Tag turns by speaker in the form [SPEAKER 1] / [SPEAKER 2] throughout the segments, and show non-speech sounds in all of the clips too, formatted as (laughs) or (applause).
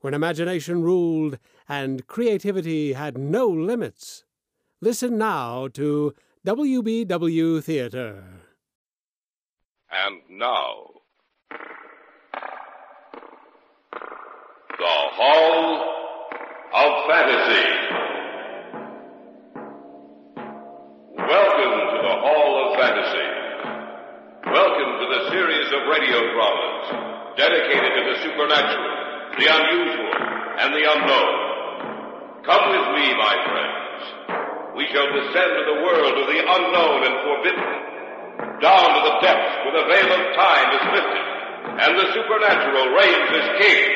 [SPEAKER 1] when imagination ruled and creativity had no limits. Listen now to WBW Theater.
[SPEAKER 2] And now, the Hall of Fantasy. Welcome to the Hall of Fantasy. Welcome to the series of radio dramas dedicated to the supernatural, the unusual, and the unknown. Come with me, my friends. We shall descend to the world of the unknown and forbidden, down to the depths where the veil of time is lifted, and the supernatural reigns as king.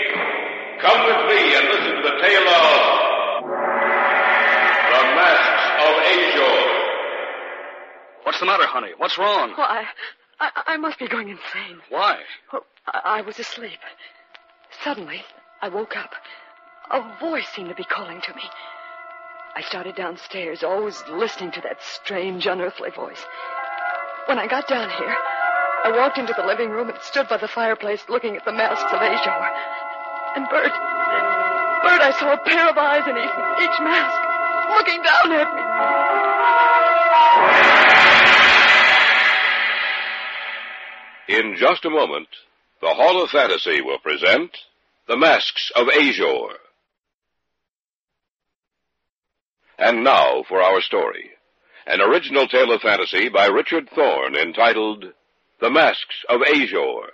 [SPEAKER 2] Come with me and listen to the tale of the Masks of Azor.
[SPEAKER 3] What's the matter, honey? What's wrong?
[SPEAKER 4] Why? I, I must be going insane.
[SPEAKER 3] Why?
[SPEAKER 4] Oh, I, I was asleep. Suddenly, I woke up. A voice seemed to be calling to me. I started downstairs, always listening to that strange, unearthly voice. When I got down here, I walked into the living room and stood by the fireplace looking at the masks of Azor. And Bert, Bert, I saw a pair of eyes in each, each mask, looking down at me.
[SPEAKER 2] In just a moment, the Hall of Fantasy will present The Masks of Azor. And now for our story. An original tale of fantasy by Richard Thorne entitled The Masks of Azor.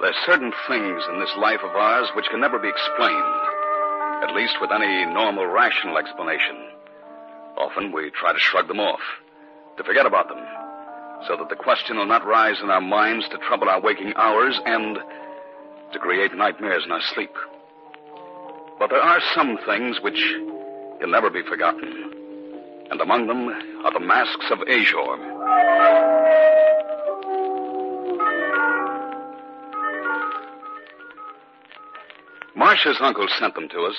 [SPEAKER 3] There's certain things in this life of ours which can never be explained, at least with any normal, rational explanation. Often we try to shrug them off, to forget about them, so that the question will not rise in our minds to trouble our waking hours and to create nightmares in our sleep. But there are some things which can never be forgotten, and among them are the masks of Azor. Marcia's uncle sent them to us.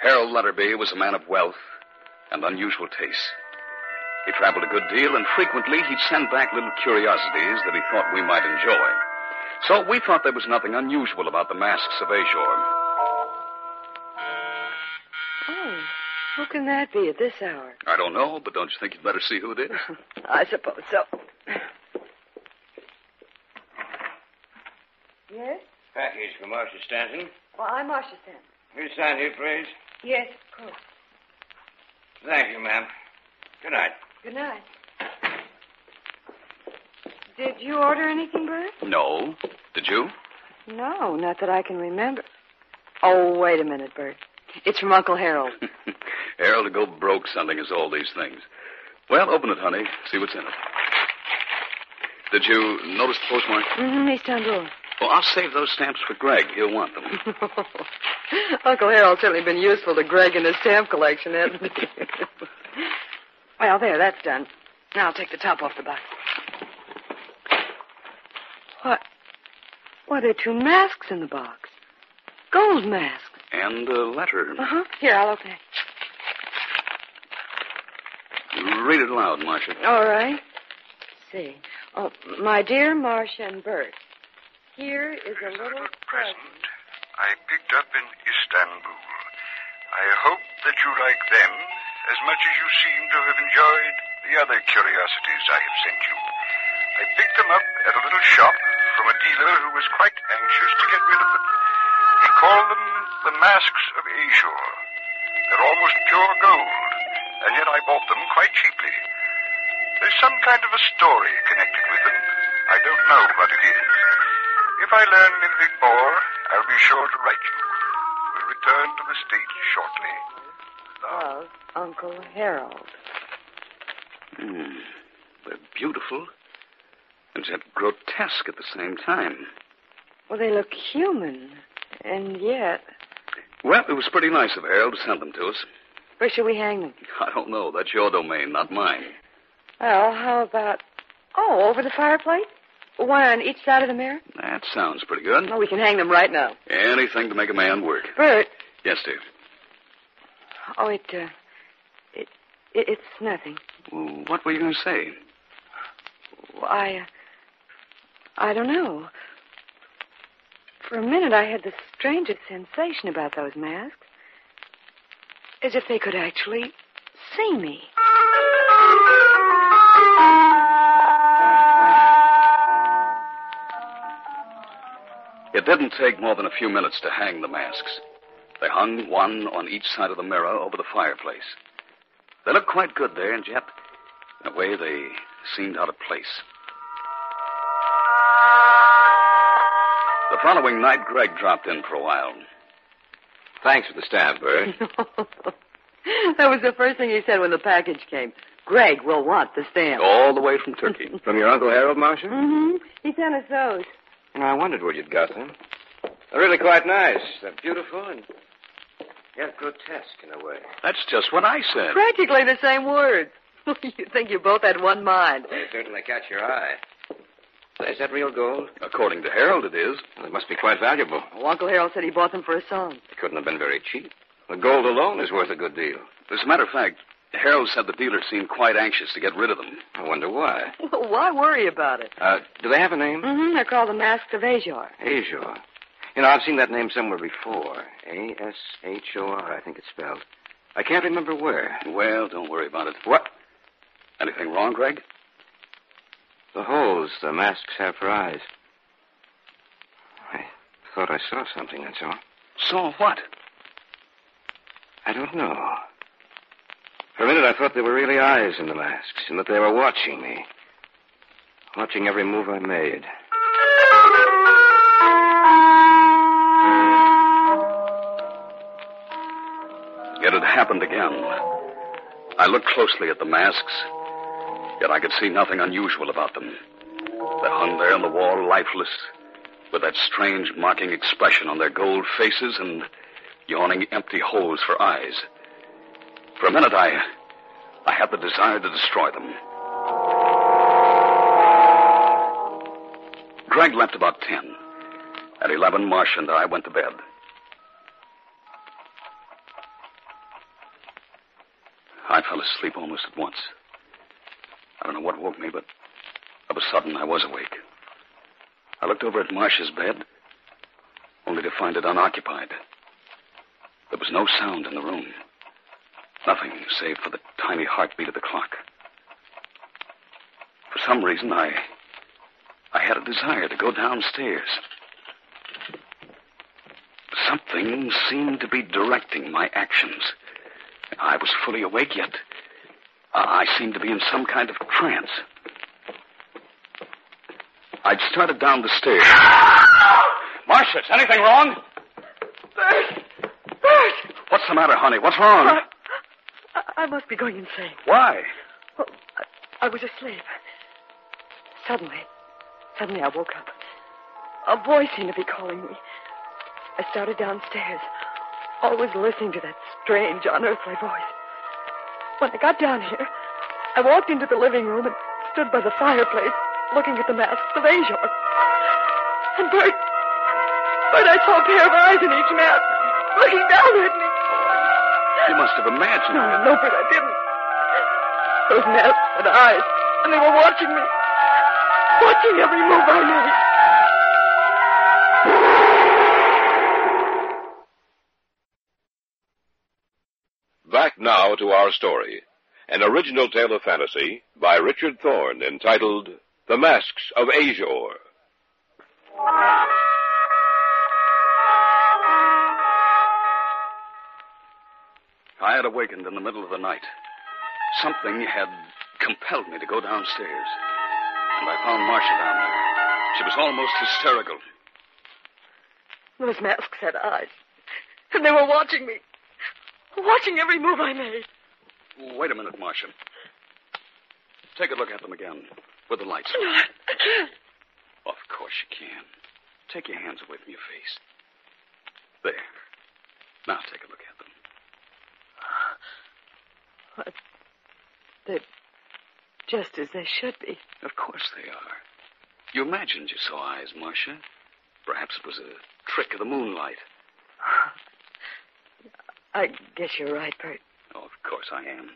[SPEAKER 3] Harold Letterby was a man of wealth and unusual taste. He traveled a good deal, and frequently he'd send back little curiosities that he thought we might enjoy. So we thought there was nothing unusual about the masks of Azor.
[SPEAKER 4] Oh, who can that be at this hour?
[SPEAKER 3] I don't know, but don't you think you'd better see who it is?
[SPEAKER 4] I suppose so. Yes?
[SPEAKER 5] Package for Marcia Stanton.
[SPEAKER 4] Well, I'm Marcia Stanton.
[SPEAKER 5] Will you sign here, please?
[SPEAKER 4] Yes, of course.
[SPEAKER 5] Thank you, ma'am. Good night.
[SPEAKER 4] Good night. Did you order anything, Bert?
[SPEAKER 3] No. Did you? (laughs)
[SPEAKER 4] No, not that I can remember. Oh, wait a minute, Bert. It's from Uncle Harold.
[SPEAKER 3] Harold to go broke sending us all these things. Well, open it, honey. See what's in it. Did you notice the postmark?
[SPEAKER 4] mm-hmm, Istanbul.
[SPEAKER 3] Well, I'll save those stamps for Greg. He'll want them.
[SPEAKER 4] (laughs) Uncle Harold's certainly been useful to Greg and his stamp collection, hasn't he? well, there, that's done. Now I'll take the top off the box. What? Why, there are two masks in the box. Gold masks.
[SPEAKER 3] And a letter.
[SPEAKER 4] Uh-huh. Here, I'll open it.
[SPEAKER 3] Read it aloud, Marcia.
[SPEAKER 4] All right. see. Oh, my dear Marcia and Bert, here is a little present.
[SPEAKER 6] I picked up in Istanbul. I hope that you like them as much as you seem to have enjoyed the other curiosities I have sent you. I picked them up at a little shop from a dealer who was quite anxious to get rid of them. He called them the Masks of Azure. They're almost pure gold, and yet I bought them quite cheaply. There's some kind of a story connected with them. I don't know what it is. If I learn anything more, I'll be sure to write you. We'll return to the States shortly.
[SPEAKER 4] Of Uncle Harold.
[SPEAKER 3] Hmm. They're beautiful. and yet grotesque at the same time.
[SPEAKER 4] Well, they look human. And yet.
[SPEAKER 3] Well, it was pretty nice of Harold to send them to us. (laughs)
[SPEAKER 4] Where shall we hang them?
[SPEAKER 3] I don't know. That's your domain, not mine.
[SPEAKER 4] Well, how about. Oh, over the fireplace? One on each side of the mirror?
[SPEAKER 3] That sounds pretty good.
[SPEAKER 4] Well, we can hang them right now.
[SPEAKER 3] Anything to make a man work.
[SPEAKER 4] Bert.
[SPEAKER 3] Yes, dear.
[SPEAKER 4] Oh, it, uh, it, it it's nothing.
[SPEAKER 3] Well, what were you going to say?
[SPEAKER 4] I, uh, I don't know. For a minute, I had the strangest sensation about those masks, as if they could actually see me.
[SPEAKER 3] It didn't take more than a few minutes to hang the masks. They hung one on each side of the mirror over the fireplace. They looked quite good there, and yet, in a way, they seemed out of place. The following night, Greg dropped in for a while.
[SPEAKER 7] Thanks for the stab, Bert.
[SPEAKER 4] (laughs) that was the first thing he said when the package came. Greg will want the stamp.
[SPEAKER 3] All the way from
[SPEAKER 4] (laughs)
[SPEAKER 3] Turkey.
[SPEAKER 7] From your Uncle Harold, Marshal?
[SPEAKER 4] Mm-hmm. He sent us those.
[SPEAKER 7] You know, I wondered where you'd got them. They're really quite nice. They're beautiful and yet grotesque in a way.
[SPEAKER 3] That's just what I said.
[SPEAKER 4] Practically the same words. (laughs) you think you both had one mind.
[SPEAKER 7] They certainly catch your eye. Is that real gold?
[SPEAKER 3] According to Harold, it is.
[SPEAKER 7] Well, it must be quite valuable.
[SPEAKER 4] Well, Uncle Harold said he bought them for a song.
[SPEAKER 7] It couldn't have been very cheap. The gold alone is worth a good deal.
[SPEAKER 3] As a matter of fact, Harold said the dealer seemed quite anxious to get rid of them.
[SPEAKER 7] I wonder why.
[SPEAKER 4] Well, (laughs) why worry about it?
[SPEAKER 7] Uh, do they have a name?
[SPEAKER 4] Mm-hmm. They're called the Masks of Azor.
[SPEAKER 7] Azor. You know, I've seen that name somewhere before. A S H O R, I think it's spelled. I can't remember where.
[SPEAKER 3] Well, don't worry about it.
[SPEAKER 7] What?
[SPEAKER 3] Anything wrong, Greg?
[SPEAKER 7] The holes the masks have for eyes. I thought I saw something, that's all.
[SPEAKER 3] Saw what?
[SPEAKER 7] I don't know. For a minute, I thought they were really eyes in the masks and that they were watching me, watching every move I made.
[SPEAKER 3] Yet it happened again. I looked closely at the masks, yet I could see nothing unusual about them. They hung there on the wall, lifeless, with that strange mocking expression on their gold faces and yawning empty holes for eyes. For a minute, I, I had the desire to destroy them. Greg left about 10. At 11, Marsh and I went to bed. I fell asleep almost at once. I don't know what woke me, but of a sudden I was awake. I looked over at Marsh's bed, only to find it unoccupied. There was no sound in the room. Nothing save for the tiny heartbeat of the clock. For some reason, I. I had a desire to go downstairs. Something seemed to be directing my actions. I was fully awake, yet I I seemed to be in some kind of trance. I'd started down the stairs. Marcia, is anything wrong?
[SPEAKER 4] Bert! Bert!
[SPEAKER 3] What's the matter, honey? What's wrong?
[SPEAKER 4] I, I must be going insane.
[SPEAKER 3] Why?
[SPEAKER 4] Well, I, I was asleep. Suddenly, suddenly I woke up. A voice seemed to be calling me. I started downstairs, always listening to that strange, unearthly voice. When I got down here, I walked into the living room and stood by the fireplace, looking at the masks of Azor. And Bert, Bert, I saw a pair of eyes in each mask, looking down at me.
[SPEAKER 3] You must have imagined.
[SPEAKER 4] No, no, Bert, I didn't. Those masks had eyes, and they were watching me, watching every move I made.
[SPEAKER 2] Back now to our story, an original tale of fantasy by Richard Thorne entitled The Masks of Azor.
[SPEAKER 3] I had awakened in the middle of the night. Something had compelled me to go downstairs. And I found Marcia down there. She was almost hysterical.
[SPEAKER 4] Those masks had eyes, and they were watching me, watching every move I made.
[SPEAKER 3] Wait a minute, Marcia. Take a look at them again with the lights.
[SPEAKER 4] No, I, can't.
[SPEAKER 3] Of course you can. Take your hands away from your face. There. Now take a look at them.
[SPEAKER 4] They're just as they should be.
[SPEAKER 3] Of course they are. You imagined you saw eyes, Marcia. Perhaps it was a trick of the moonlight.
[SPEAKER 4] I guess you're right, Bert.
[SPEAKER 3] Oh, of course I am.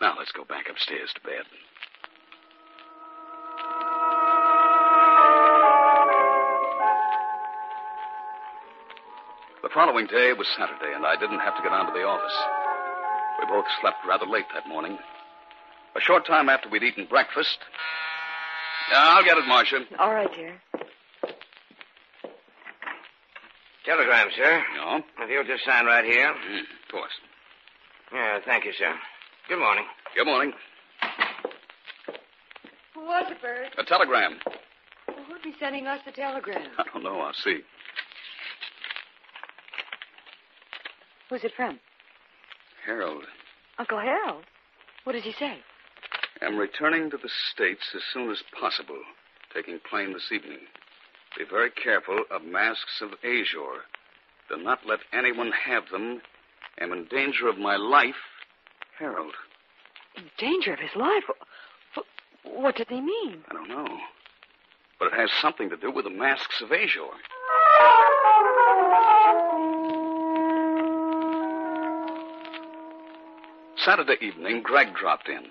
[SPEAKER 3] Now let's go back upstairs to bed. The following day was Saturday, and I didn't have to go down to the office. We both slept rather late that morning. A short time after we'd eaten breakfast. Yeah, I'll get it, Marcia.
[SPEAKER 4] All right, dear.
[SPEAKER 5] Telegram, sir.
[SPEAKER 3] No?
[SPEAKER 5] If you'll just sign right here.
[SPEAKER 3] Mm, of course.
[SPEAKER 5] Yeah, thank you, sir. Good morning.
[SPEAKER 3] Good morning.
[SPEAKER 4] Who was it, Bert?
[SPEAKER 3] A telegram. (laughs) Oh,
[SPEAKER 4] Who'd be sending us the telegram?
[SPEAKER 3] I don't know. I'll see.
[SPEAKER 4] Who's it from?
[SPEAKER 3] Harold,
[SPEAKER 4] Uncle Harold. What does he say?
[SPEAKER 3] am returning to the States as soon as possible, taking plane this evening. Be very careful of masks of azure. Do not let anyone have them. Am in danger of my life. Harold,
[SPEAKER 4] In danger of his life? Wh- What did he mean?
[SPEAKER 3] I don't know. But it has something to do with the masks of azure. Saturday evening, Gregg dropped in.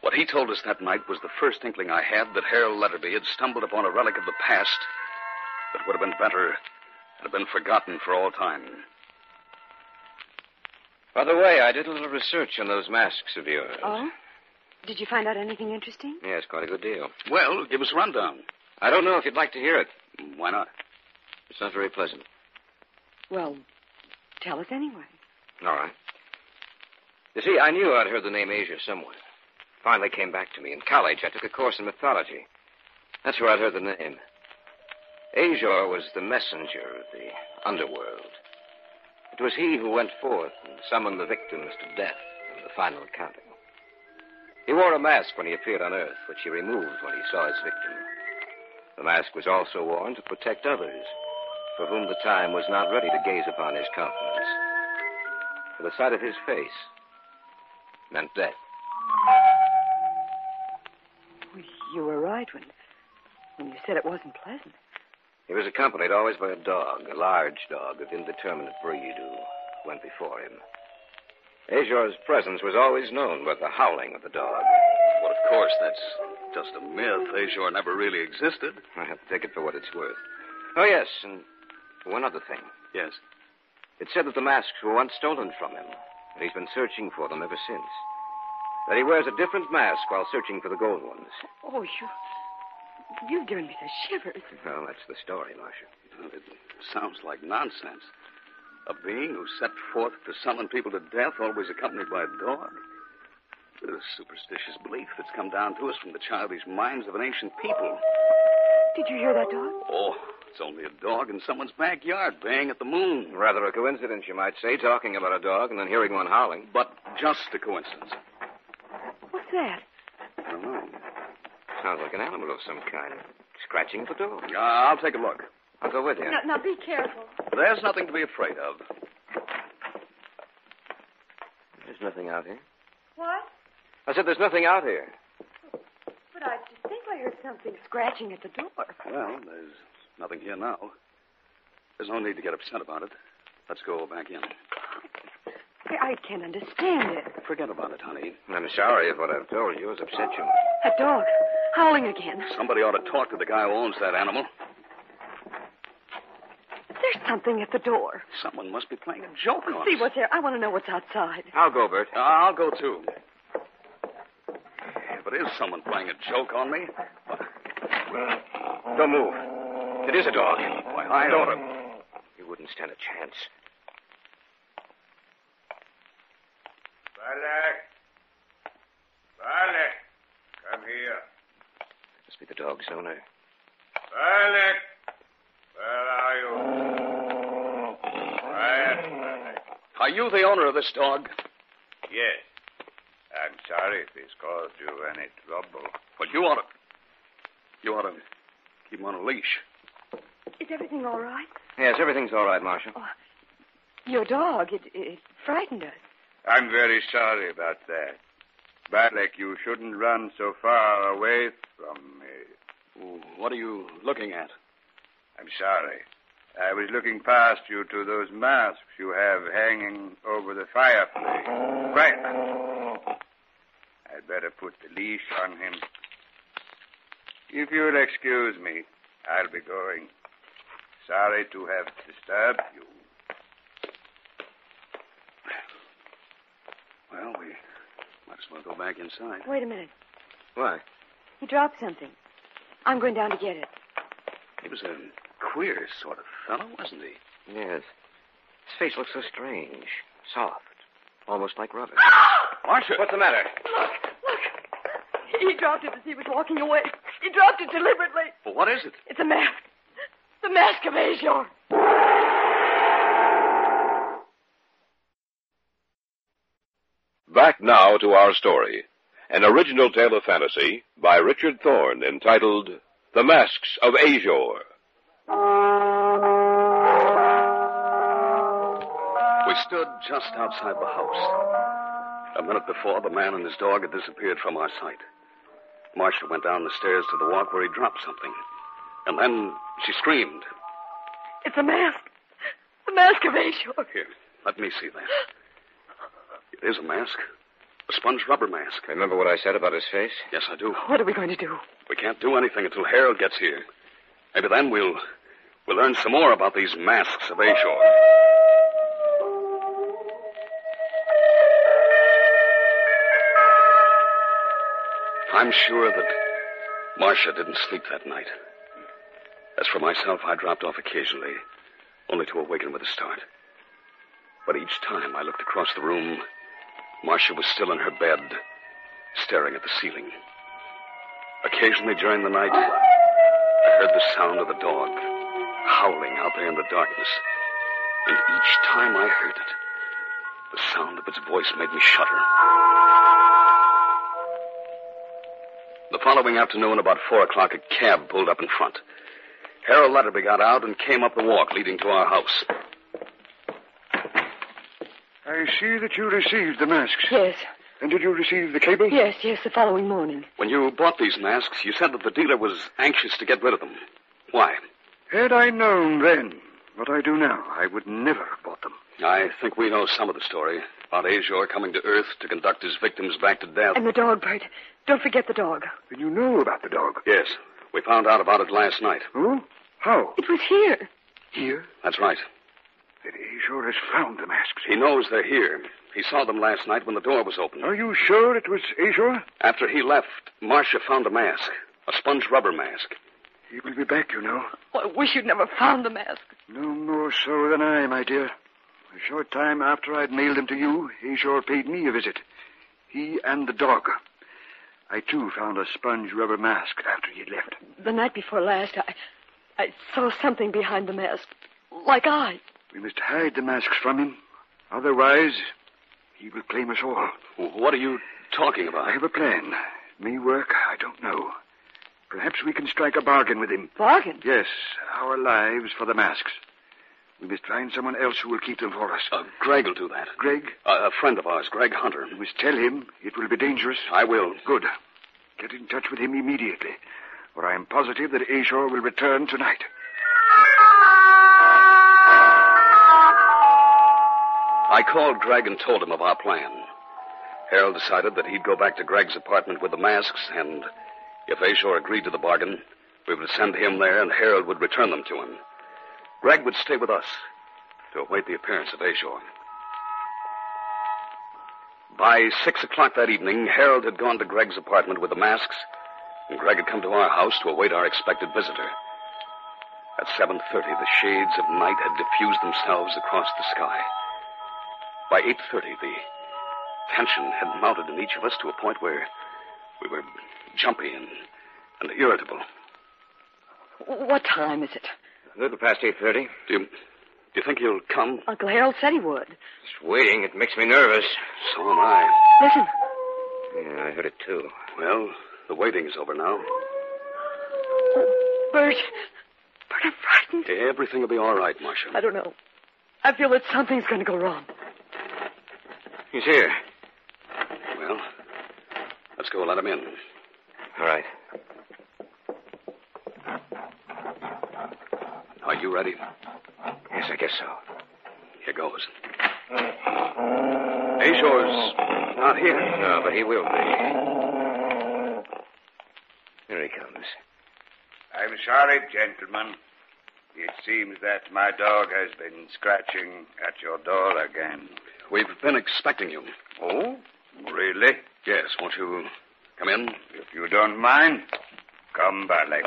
[SPEAKER 3] What he told us that night was the first inkling I had that Harold Letterby had stumbled upon a relic of the past that would have been better had been forgotten for all time.
[SPEAKER 2] By the way, I did a little research on those masks of yours.
[SPEAKER 4] Oh? Did you find out anything interesting?
[SPEAKER 2] Yes, quite a good deal.
[SPEAKER 3] Well, give us a rundown.
[SPEAKER 2] I don't know if you'd like to hear it.
[SPEAKER 3] Why not?
[SPEAKER 2] It's not very pleasant.
[SPEAKER 4] Well, tell us anyway.
[SPEAKER 2] All right. You see, I knew I'd heard the name Asia somewhere. Finally came back to me. In college, I took a course in mythology. That's where I'd heard the name. Azor was the messenger of the underworld. It was he who went forth and summoned the victims to death and the final accounting. He wore a mask when he appeared on Earth, which he removed when he saw his victim. The mask was also worn to protect others, for whom the time was not ready to gaze upon his countenance for the sight of his face meant death.
[SPEAKER 4] You were right when, when you said it wasn't pleasant.
[SPEAKER 2] He was accompanied always by a dog, a large dog of indeterminate breed who went before him. Azor's presence was always known by the howling of the dog.
[SPEAKER 3] Well, of course, that's just a myth. Azure never really existed.
[SPEAKER 2] (laughs) I have to take it for what it's worth. Oh, yes, and one other thing.
[SPEAKER 3] Yes.
[SPEAKER 2] It's said that the masks were once stolen from him, and he's been searching for them ever since. That he wears a different mask while searching for the gold ones.
[SPEAKER 4] Oh, you. You've given me the shivers.
[SPEAKER 2] Well, that's the story, Marshal.
[SPEAKER 3] Well, It sounds like nonsense. A being who set forth to summon people to death, always accompanied by a dog. A superstitious belief that's come down to us from the childish minds of an ancient people.
[SPEAKER 4] Did you hear that dog?
[SPEAKER 3] Oh, it's only a dog in someone's backyard baying at the moon.
[SPEAKER 2] Rather a coincidence, you might say, talking about a dog and then hearing one howling.
[SPEAKER 3] But just a coincidence.
[SPEAKER 4] What's that?
[SPEAKER 3] I don't know.
[SPEAKER 2] Sounds like an animal of some kind. Scratching at the door.
[SPEAKER 3] Uh, I'll take a look.
[SPEAKER 2] I'll go with you.
[SPEAKER 4] Now, now, be careful.
[SPEAKER 3] There's nothing to be afraid of.
[SPEAKER 2] There's nothing out here.
[SPEAKER 4] What?
[SPEAKER 2] I said there's nothing out here.
[SPEAKER 4] But I just think I heard something scratching at the door.
[SPEAKER 3] Well, there's nothing here now. There's no need to get upset about it. Let's go back in.
[SPEAKER 4] I, I can't understand it.
[SPEAKER 3] Forget about it, honey.
[SPEAKER 2] I'm sorry if what I've told you has upset you.
[SPEAKER 4] A dog howling again.
[SPEAKER 3] Somebody ought to talk to the guy who owns that animal.
[SPEAKER 4] There's something at the door.
[SPEAKER 3] Someone must be playing a joke on
[SPEAKER 4] See
[SPEAKER 3] us.
[SPEAKER 4] what's there. I want to know what's outside.
[SPEAKER 2] I'll go, Bert.
[SPEAKER 3] I'll go too. If it is someone playing a joke on me,
[SPEAKER 2] Don't move. It is a dog.
[SPEAKER 3] why, I ought to.
[SPEAKER 2] You wouldn't stand a chance.
[SPEAKER 6] Balak! Balak! Come here.
[SPEAKER 2] Must be the dog's owner.
[SPEAKER 6] Balak! Where are you? Quiet, Balak.
[SPEAKER 3] Are you the owner of this dog?
[SPEAKER 6] Yes. I'm sorry if this caused you any trouble.
[SPEAKER 3] Well, you ought to. You ought to keep him on a leash.
[SPEAKER 4] Is everything all right?
[SPEAKER 7] Yes, everything's all right, Marshal.
[SPEAKER 4] Your dog, it, it frightened us.
[SPEAKER 6] I'm very sorry about that. Balak, you shouldn't run so far away from me.
[SPEAKER 3] What are you looking at?
[SPEAKER 6] I'm sorry. I was looking past you to those masks you have hanging over the fireplace. Right. I'd better put the leash on him. If you'll excuse me, I'll be going. Sorry to have disturbed you.
[SPEAKER 3] Well, we might as well go back inside.
[SPEAKER 4] Wait a minute.
[SPEAKER 7] Why?
[SPEAKER 4] He dropped something. I'm going down to get it.
[SPEAKER 3] He was a queer sort of fellow, wasn't he?
[SPEAKER 7] Yes. His face looks so strange. Soft. Almost like rubber.
[SPEAKER 3] Marshal!
[SPEAKER 7] What's the matter?
[SPEAKER 4] Look, look. He dropped it as he was walking away. He dropped it deliberately.
[SPEAKER 3] Well, what is it?
[SPEAKER 4] It's a mask. The mask of Azor.
[SPEAKER 2] Back now to our story, an original tale of fantasy by Richard Thorne entitled The Masks of Azor.
[SPEAKER 3] We stood just outside the house. A minute before, the man and his dog had disappeared from our sight. Marcia went down the stairs to the walk where he dropped something. And then she screamed.
[SPEAKER 4] It's a mask. The mask of Azor.
[SPEAKER 3] Here, let me see that. It is a mask. A sponge rubber mask.
[SPEAKER 7] Remember what I said about his face?
[SPEAKER 3] Yes, I do.
[SPEAKER 4] What are we going to do?
[SPEAKER 3] We can't do anything until Harold gets here. Maybe then we'll we'll learn some more about these masks of Azor. I'm sure that Marcia didn't sleep that night. As for myself, I dropped off occasionally, only to awaken with a start. But each time I looked across the room, Marcia was still in her bed, staring at the ceiling. Occasionally during the night, I heard the sound of a dog howling out there in the darkness. And each time I heard it, the sound of its voice made me shudder. The following afternoon, about four o'clock, a cab pulled up in front. Harold Letterby got out and came up the walk leading to our house.
[SPEAKER 6] I see that you received the masks.
[SPEAKER 4] Yes,
[SPEAKER 6] And did you receive the cable?
[SPEAKER 4] yes, yes, the following morning.
[SPEAKER 3] When you bought these masks, you said that the dealer was anxious to get rid of them. Why?
[SPEAKER 6] Had I known then what I do now, I would never have bought them.
[SPEAKER 3] I think we know some of the story about Azor coming to Earth to conduct his victims back to death.
[SPEAKER 4] And the dog, Bert. Don't forget the dog.
[SPEAKER 6] Did you know about the dog?
[SPEAKER 3] Yes, we found out about it last night.
[SPEAKER 6] Oh? How?
[SPEAKER 4] It was here.
[SPEAKER 6] Here?
[SPEAKER 3] That's right.
[SPEAKER 6] That Azor has found the masks.
[SPEAKER 3] He knows they're here. He saw them last night when the door was open.
[SPEAKER 6] Are you sure it was Azor?
[SPEAKER 3] After he left, Marcia found a mask, a sponge rubber mask.
[SPEAKER 6] He will be back, you know.
[SPEAKER 4] I wish you'd never found the mask.
[SPEAKER 6] No more so than I, my dear. A short time after I'd mailed them to you, Azor paid me a visit. He and the dog. I, too, found a sponge rubber mask after he'd left.
[SPEAKER 4] The night before last, I, I saw something behind the mask, like eyes.
[SPEAKER 6] We must hide the masks from him. Otherwise, he will claim us all.
[SPEAKER 3] W- What are you talking
[SPEAKER 6] I
[SPEAKER 3] about?
[SPEAKER 6] have a plan. It may work. I don't know. Perhaps we can strike a bargain with him.
[SPEAKER 4] Bargain.
[SPEAKER 6] Yes, our lives for the masks. We must find someone else who will keep them for us.
[SPEAKER 3] Uh, Greg will do that.
[SPEAKER 6] Greg,
[SPEAKER 3] Uh, a friend of ours, Greg Hunter.
[SPEAKER 6] you must tell him it will be dangerous.
[SPEAKER 3] I will.
[SPEAKER 6] Good. Get in touch with him immediately, or I am positive that Azor will return tonight.
[SPEAKER 3] I called Greg and told him of our plan. Harold decided that he'd go back to Greg's apartment with the masks, and if Azor agreed to the bargain, we would send him there and Harold would return them to him. Greg would stay with us to await the appearance of Azor. By six o'clock that evening, Harold had gone to Greg's apartment with the masks, and Greg had come to our house to await our expected visitor. At 7.30, the shades of night had diffused themselves across the sky. By 8.30, the tension had mounted in each of us to a point where we were jumpy and, and irritable.
[SPEAKER 4] What time is it?
[SPEAKER 7] A little past 8.30.
[SPEAKER 3] Do you, do you think he'll come?
[SPEAKER 4] Uncle Harold said he would.
[SPEAKER 7] Just waiting. It makes me nervous.
[SPEAKER 3] So am I.
[SPEAKER 4] Listen,
[SPEAKER 7] Yeah, I heard it, too.
[SPEAKER 3] Well, the waiting's over now.
[SPEAKER 4] Bert. Bert, I'm frightened.
[SPEAKER 3] Everything will be all right, Marcia.
[SPEAKER 4] I don't know. I feel that something's going to go wrong.
[SPEAKER 8] He's here.
[SPEAKER 3] Well, let's go. Let him in.
[SPEAKER 8] All right.
[SPEAKER 3] Are you ready?
[SPEAKER 8] Yes, I guess so.
[SPEAKER 3] Here goes. Azore's not here.
[SPEAKER 8] No, but he will be. Here he comes.
[SPEAKER 6] I'm sorry, gentlemen. It seems that my dog has been scratching at your door again.
[SPEAKER 3] We've been expecting you.
[SPEAKER 6] Oh? Really?
[SPEAKER 3] Yes, won't you come in?
[SPEAKER 6] If you don't mind, come, Barley.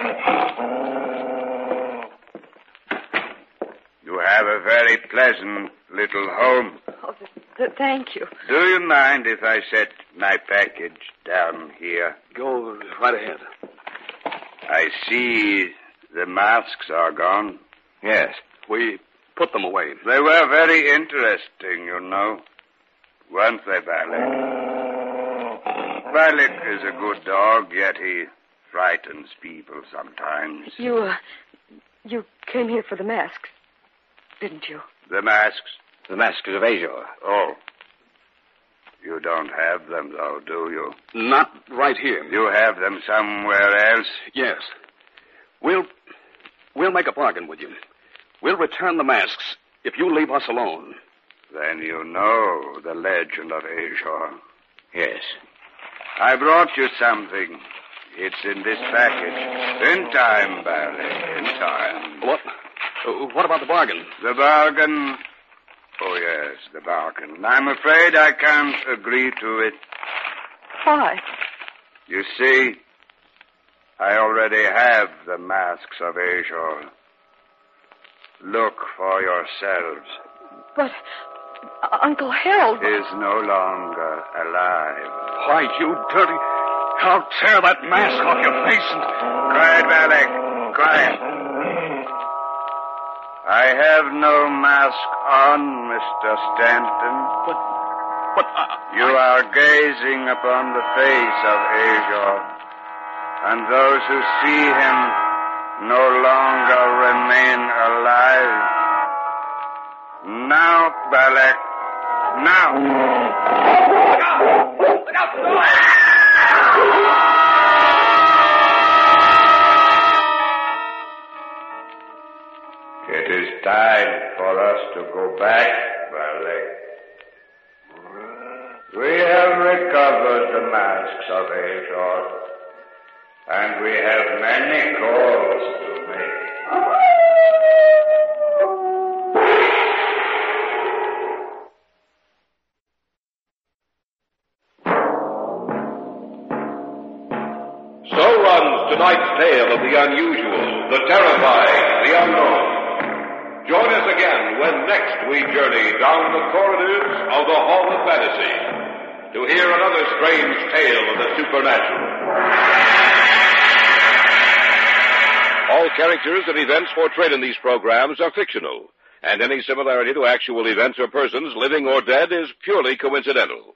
[SPEAKER 6] You have a very pleasant Mm, little home.
[SPEAKER 4] Oh, th- th- thank you.
[SPEAKER 6] Do you mind if I set my package down here?
[SPEAKER 3] Go right ahead.
[SPEAKER 6] I see the masks are gone.
[SPEAKER 3] Yes. We put them away.
[SPEAKER 6] They were very interesting, you know. Weren't they, Balak? Balak is a good dog, yet he frightens people sometimes.
[SPEAKER 4] You, uh, you came here for the masks, didn't you?
[SPEAKER 6] The masks?
[SPEAKER 8] The Maskers of Azor.
[SPEAKER 6] Oh. You don't have them, though, do you?
[SPEAKER 3] Not right here.
[SPEAKER 6] You have them somewhere else.
[SPEAKER 3] Yes. We'll we'll make a bargain with you. We'll return the masks if you leave us alone.
[SPEAKER 6] Then you know the legend of Azor.
[SPEAKER 8] Yes.
[SPEAKER 6] I brought you something. It's in this package. In time, Barry. In time.
[SPEAKER 3] What? uh, What about the bargain?
[SPEAKER 6] The bargain. Oh, yes, the bargain. I'm afraid I can't agree to it.
[SPEAKER 4] Why?
[SPEAKER 6] You see, I already have the masks of Azor. Look for yourselves.
[SPEAKER 4] But uh, Uncle Harold.
[SPEAKER 6] Is no longer alive.
[SPEAKER 3] Why, you dirty! I'll tear that mask off your face and
[SPEAKER 6] Quiet, Balak. Quiet. I have no mask on, Mr. Stanton.
[SPEAKER 3] but uh,
[SPEAKER 6] You are gazing upon the face of Azor, and those who see him no longer remain alive. Now, Balak, now! It is time for us to go back, Balak. We have recovered the masks of Azor, and we have many calls to make.
[SPEAKER 2] So runs tonight's tale of the unusual, the terrifying, the unknown. Join us again when next we journey down the corridors of the Hall of Fantasy to hear another strange tale of the supernatural. All characters and events portrayed in these programs are fictional, and any similarity to actual events or persons, living or dead, is purely coincidental.